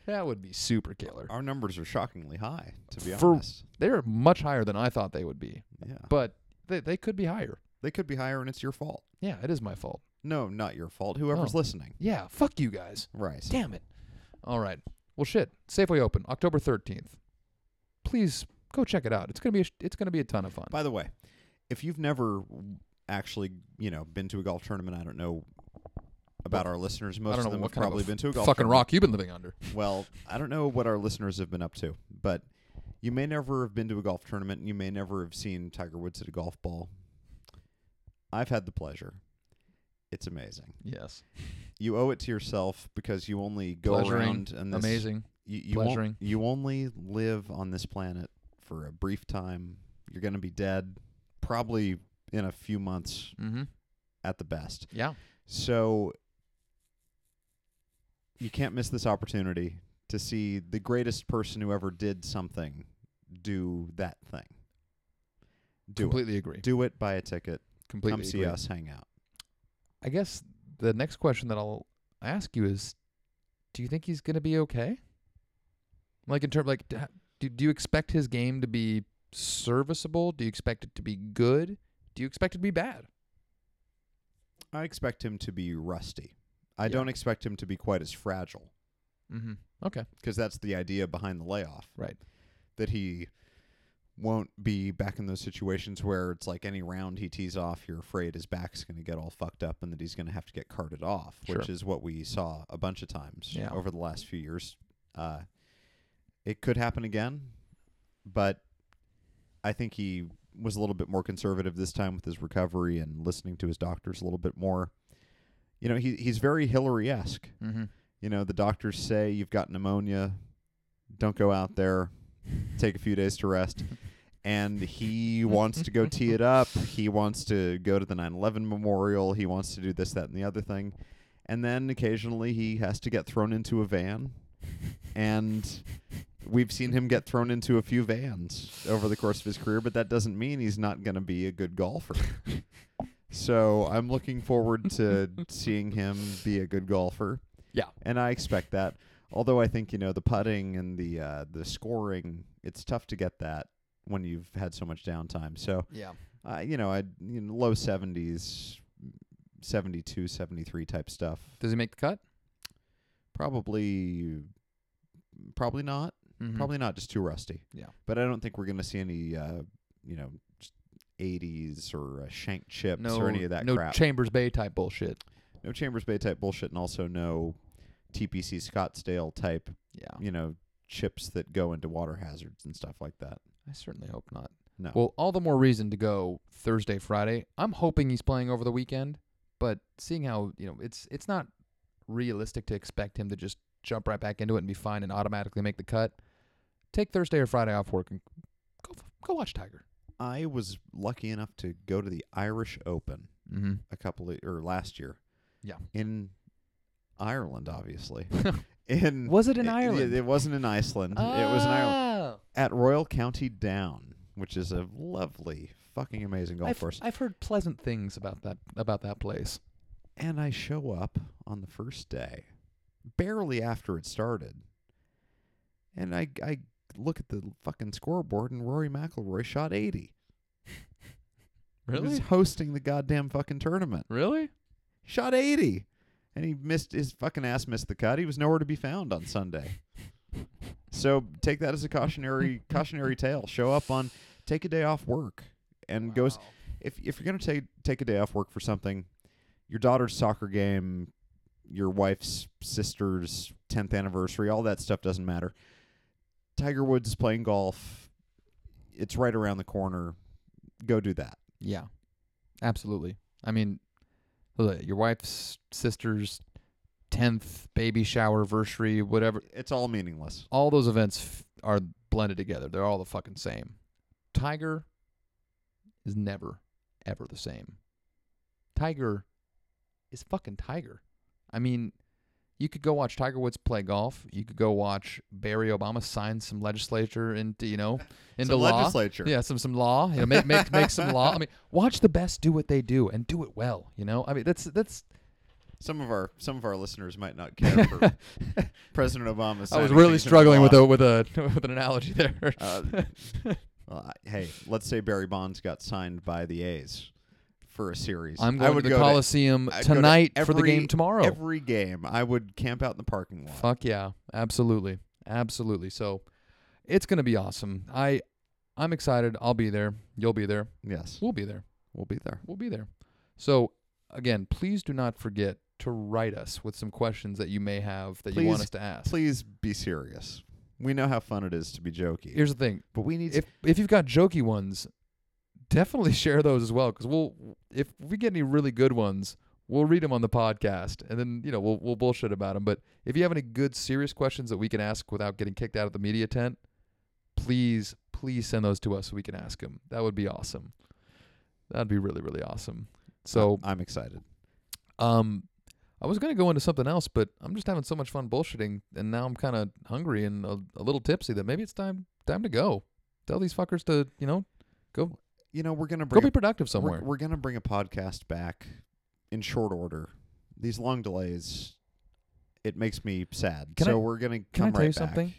[SPEAKER 1] that would be super killer.
[SPEAKER 2] our numbers are shockingly high to be
[SPEAKER 1] For-
[SPEAKER 2] honest
[SPEAKER 1] They're much higher than I thought they would be,
[SPEAKER 2] yeah
[SPEAKER 1] but they they could be higher.
[SPEAKER 2] they could be higher and it's your fault
[SPEAKER 1] Yeah, it is my fault.
[SPEAKER 2] no not your fault whoever's
[SPEAKER 1] Oh.
[SPEAKER 2] listening
[SPEAKER 1] Yeah, fuck you guys.
[SPEAKER 2] right
[SPEAKER 1] Damn it. All right. Well, shit. Safeway open October 13th. Please go check it out. It's gonna be a, sh- it's gonna be a ton of fun.
[SPEAKER 2] by the way if you've never actually you know been to a golf tournament i don't know about our listeners most
[SPEAKER 1] I don't
[SPEAKER 2] of
[SPEAKER 1] know
[SPEAKER 2] them
[SPEAKER 1] what
[SPEAKER 2] have
[SPEAKER 1] kind
[SPEAKER 2] probably
[SPEAKER 1] of a
[SPEAKER 2] been to a golf
[SPEAKER 1] fucking
[SPEAKER 2] tournament.
[SPEAKER 1] rock you've been living under.
[SPEAKER 2] Well, I don't know what our listeners have been up to, but you may never have been to a golf tournament. and You may never have seen Tiger Woods at a golf ball. I've had the pleasure. It's amazing.
[SPEAKER 1] Yes.
[SPEAKER 2] You owe it to yourself because you only go
[SPEAKER 1] Pleasuring,
[SPEAKER 2] around and this,
[SPEAKER 1] Amazing.
[SPEAKER 2] You, you, won't-
[SPEAKER 1] pleasuring.
[SPEAKER 2] you only live on this planet for a brief time. You're going to be dead, probably in a few months
[SPEAKER 1] Mm-hmm.
[SPEAKER 2] at the best.
[SPEAKER 1] Yeah.
[SPEAKER 2] So you can't miss this opportunity to see the greatest person who ever did something do that thing. Do
[SPEAKER 1] completely agree.
[SPEAKER 2] it. Do it. Buy a ticket.
[SPEAKER 1] completely
[SPEAKER 2] Come see
[SPEAKER 1] agree.
[SPEAKER 2] us. Hang out.
[SPEAKER 1] I guess the next question that I'll ask you is, do you think he's gonna be okay? Like in terms, like d- ha- do do you expect his game to be serviceable? Do you expect it to be good? Do you expect it to be bad?
[SPEAKER 2] I expect him to be rusty. I
[SPEAKER 1] Yeah.
[SPEAKER 2] don't expect him to be quite as fragile
[SPEAKER 1] Mm-hmm. Okay.
[SPEAKER 2] because that's the idea behind the layoff.
[SPEAKER 1] Right.
[SPEAKER 2] That he won't be back in those situations where it's like any round he tees off, you're afraid his back's going to get all fucked up and that he's going to have to get carted off, which
[SPEAKER 1] Sure.
[SPEAKER 2] is what we saw a bunch of times
[SPEAKER 1] Yeah.
[SPEAKER 2] over the last few years. Uh, it could happen again, but I think he was a little bit more conservative this time with his recovery and listening to his doctors a little bit more. You know, he he's very Hillary esque.
[SPEAKER 1] Mm-hmm.
[SPEAKER 2] You know, the doctors say you've got pneumonia. Don't go out there. Take a few days to rest. And he wants to go tee it up. He wants to go to the 9 11 memorial. He wants to do this, that, and the other thing. and then occasionally he has to get thrown into a van, and we've seen him get thrown into a few vans over the course of his career. But that doesn't mean he's not going to be a good golfer. so I'm looking forward to seeing him be a good golfer.
[SPEAKER 1] Yeah.
[SPEAKER 2] and I expect that. Although I think you know the putting and the uh, the scoring, it's tough to get that when you've had so much downtime. So
[SPEAKER 1] Yeah.
[SPEAKER 2] uh, you know, I you know, low 70s, 72, 73 type stuff.
[SPEAKER 1] Does he make the cut?
[SPEAKER 2] Probably probably not.
[SPEAKER 1] Mhm.
[SPEAKER 2] Probably not just too rusty.
[SPEAKER 1] Yeah.
[SPEAKER 2] But I don't think we're going to see any uh, you know, just 80s or uh, shank chips
[SPEAKER 1] no,
[SPEAKER 2] or any of that
[SPEAKER 1] no
[SPEAKER 2] crap.
[SPEAKER 1] Chambers Bay type bullshit.
[SPEAKER 2] no Chambers Bay type bullshit and also no TPC Scottsdale type,
[SPEAKER 1] Yeah.
[SPEAKER 2] you know, chips that go into water hazards and stuff like that.
[SPEAKER 1] I certainly hope not.
[SPEAKER 2] No.
[SPEAKER 1] Well, all the more reason to go Thursday, Friday. I'm hoping he's playing over the weekend, but seeing how you know it's it's not realistic to expect him to just jump right back into it and be fine and automatically make the cut. Take Thursday or Friday off work and go go watch Tiger.
[SPEAKER 2] I was lucky enough to go to the Irish Open
[SPEAKER 1] Mm-hmm.
[SPEAKER 2] a couple of, or last year.
[SPEAKER 1] Yeah.
[SPEAKER 2] In Ireland, obviously. in
[SPEAKER 1] Was it in
[SPEAKER 2] yeah,
[SPEAKER 1] Ireland?
[SPEAKER 2] It, wasn't in Iceland. It was in Ireland
[SPEAKER 1] Oh.
[SPEAKER 2] at Royal County Down, which is a lovely, fucking amazing golf
[SPEAKER 1] I've,
[SPEAKER 2] course.
[SPEAKER 1] I've heard pleasant things about that about that place.
[SPEAKER 2] and I show up on the first day, barely after it started, and I I look at the fucking scoreboard and Rory McIlroy shot eighty. He was hosting the goddamn fucking tournament.
[SPEAKER 1] Really?
[SPEAKER 2] Shot eighty. And he missed his fucking ass missed the cut. He was nowhere to be found on Sunday. So take that as a cautionary cautionary tale. Show up on take a day off work and go s- if if you're gonna take take a day off work for something, your daughter's soccer game, your wife's sister's tenth anniversary, all that stuff doesn't matter. Tiger Woods is playing golf. It's right around the corner. Go do that.
[SPEAKER 1] Yeah, absolutely. I mean, look, your wife's sister's tenth baby shower versary, whatever.
[SPEAKER 2] It's all meaningless.
[SPEAKER 1] All those events f- are blended together. They're all the fucking same. Tiger is never, ever the same. Tiger is fucking Tiger. I mean, you could go watch Tiger Woods play golf. You could go watch Barry Obama sign some legislature into you know into
[SPEAKER 2] the
[SPEAKER 1] law.
[SPEAKER 2] legislature.
[SPEAKER 1] Yeah, some some law. You know, make make make some law. I mean, watch the best do what they do and do it well. You know, I mean that's that's.
[SPEAKER 2] Some of our some of our listeners might not care for President Obama.
[SPEAKER 1] I was
[SPEAKER 2] signing
[SPEAKER 1] really
[SPEAKER 2] things into
[SPEAKER 1] struggling with
[SPEAKER 2] law.
[SPEAKER 1] a with a with an analogy there.
[SPEAKER 2] Uh, well, I- hey, let's say Barry Bonds got signed by the A's for a series.
[SPEAKER 1] I'm
[SPEAKER 2] I
[SPEAKER 1] going
[SPEAKER 2] would
[SPEAKER 1] to the
[SPEAKER 2] go
[SPEAKER 1] Coliseum
[SPEAKER 2] I'd go to
[SPEAKER 1] tonight for the
[SPEAKER 2] every-
[SPEAKER 1] game tomorrow.
[SPEAKER 2] Every game, I would camp out in the parking lot.
[SPEAKER 1] Fuck yeah, absolutely, absolutely. So, it's gonna be awesome. I, I'm excited. I'll be there. You'll be there.
[SPEAKER 2] Yes,
[SPEAKER 1] We'll be there.
[SPEAKER 2] we'll be there.
[SPEAKER 1] we'll be there. So again, please do not forget to write us with some questions that you may have that you want
[SPEAKER 2] Please-
[SPEAKER 1] us to ask.
[SPEAKER 2] Please be serious. We know how fun it is to be jokey,
[SPEAKER 1] Here's the thing:
[SPEAKER 2] but we need.
[SPEAKER 1] if if you've got jokey ones, definitely share those as well. Because we'll if we get any really good ones, we'll read them on the podcast, and then you know we'll we'll bullshit about them. But if you have any good serious questions that we can ask without getting kicked out of the media tent, please please send those to us so we can ask them. That would be awesome. That'd be really really awesome. So
[SPEAKER 2] I'm excited.
[SPEAKER 1] Um, I was gonna go into something else, but I'm just having so much fun bullshitting, and now I'm kind of hungry and a, a little tipsy that maybe it's time time to go. Tell these fuckers to you know
[SPEAKER 2] You know, we're gonna
[SPEAKER 1] go
[SPEAKER 2] bring
[SPEAKER 1] be
[SPEAKER 2] a-
[SPEAKER 1] productive
[SPEAKER 2] we're-
[SPEAKER 1] somewhere.
[SPEAKER 2] We're, gonna bring a podcast back in short order. These long delays, it makes me sad.
[SPEAKER 1] Can
[SPEAKER 2] so
[SPEAKER 1] I-
[SPEAKER 2] we're gonna come
[SPEAKER 1] can I tell
[SPEAKER 2] right
[SPEAKER 1] you
[SPEAKER 2] back.
[SPEAKER 1] something?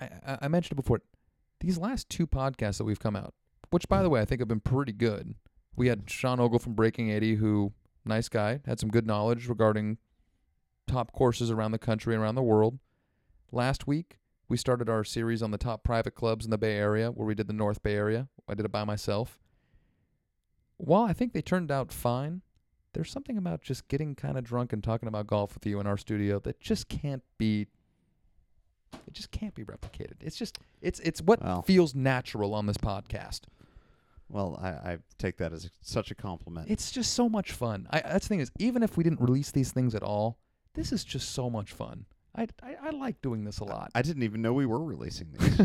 [SPEAKER 1] I, I, I mentioned it before. These last two podcasts that we've come out, which by the way I think have been pretty good. We had Sean Ogle from Breaking Eighty, who nice guy, had some good knowledge regarding top courses around the country and around the world. Last week we started our series on the top private clubs in the Bay Area, where we did the North Bay Area. I did it by myself. While I think they turned out fine, there's something about just getting kind of drunk and talking about golf with you in our studio that just can't be it just can't be replicated. It's just it's it's what
[SPEAKER 2] Well.
[SPEAKER 1] feels natural on this podcast.
[SPEAKER 2] Well, I, I take that as such a compliment.
[SPEAKER 1] It's just so much fun. I that's the thing is even if we didn't release these things at all, this is just so much fun. I I, I like doing this a lot.
[SPEAKER 2] I didn't even know we were releasing these.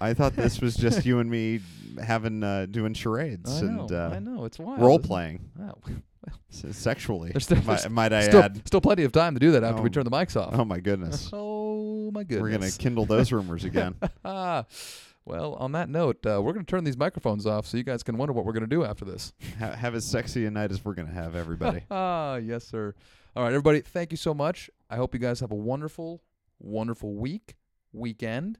[SPEAKER 2] I thought this was just you and me having uh, doing charades
[SPEAKER 1] I know,
[SPEAKER 2] and uh,
[SPEAKER 1] I know it's wild.
[SPEAKER 2] role
[SPEAKER 1] isn't it?
[SPEAKER 2] playing.
[SPEAKER 1] Wow.
[SPEAKER 2] S- sexually.
[SPEAKER 1] There's still-
[SPEAKER 2] mi-
[SPEAKER 1] there's
[SPEAKER 2] might I
[SPEAKER 1] Still,
[SPEAKER 2] add?
[SPEAKER 1] still plenty of time to do that after we
[SPEAKER 2] Oh.
[SPEAKER 1] turn the mics off.
[SPEAKER 2] Oh my goodness.
[SPEAKER 1] Oh my goodness.
[SPEAKER 2] We're gonna kindle those rumors again.
[SPEAKER 1] Ah, well, on that note, uh, we're going to turn these microphones off so you guys can wonder what we're going to do after this.
[SPEAKER 2] Ha- have as sexy a night as we're gonna have, everybody.
[SPEAKER 1] Ah, yes, sir. All right, everybody, thank you so much. I hope you guys have a wonderful, wonderful week, weekend,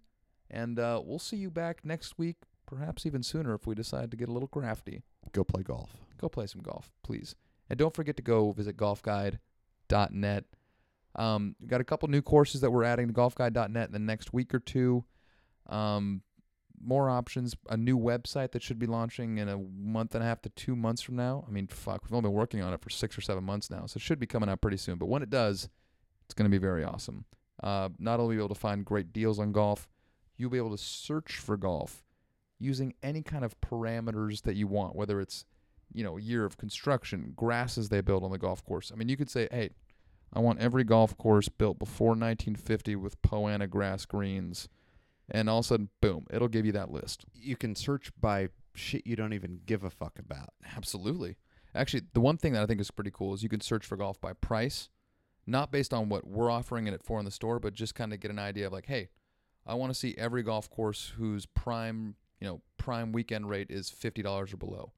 [SPEAKER 1] and uh, we'll see you back next week, perhaps even sooner if we decide to get a little crafty.
[SPEAKER 2] Go play golf.
[SPEAKER 1] Go play some golf, please. And don't forget to go visit golfguide.net. Um, we've got a couple new courses that we're adding to golfguide.net in the next week or two. Um, more options, a new website that should be launching in a month and a half to two months from now. I mean, fuck, we've only been working on it for six or seven months now, so it should be coming out pretty soon. But when it does, it's going to be very awesome. Uh, not only will you be able to find great deals on golf, you'll be able to search for golf using any kind of parameters that you want, whether it's you know year of construction, grasses they built on the golf course. I mean, you could say, hey, I want every golf course built before 1950 with poana grass greens. And all of a sudden, boom, it'll give you that list.
[SPEAKER 2] You can search by shit you don't even give a fuck about.
[SPEAKER 1] Absolutely. Actually, the one thing that I think is pretty cool is you can search for golf by price, not based on what we're offering it for in the store, but just kind of get an idea of like, hey, I want to see every golf course whose prime, you know, prime weekend rate is fifty dollars or below,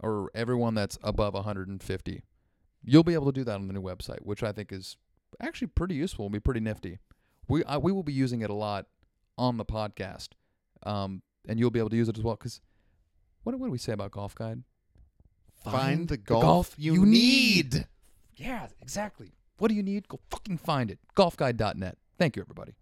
[SPEAKER 1] or everyone that's above one hundred and fifty. You'll be able to do that on the new website, which I think is actually pretty useful and be pretty nifty. We I, we will be using it a lot on the podcast, um, and you'll be able to use it as well. Because what what do we say about Golf Guide?
[SPEAKER 2] Find, the golf, you, need.
[SPEAKER 1] Yeah, exactly. What do you need? Go fucking find it. Golfguide.net. Thank you, everybody.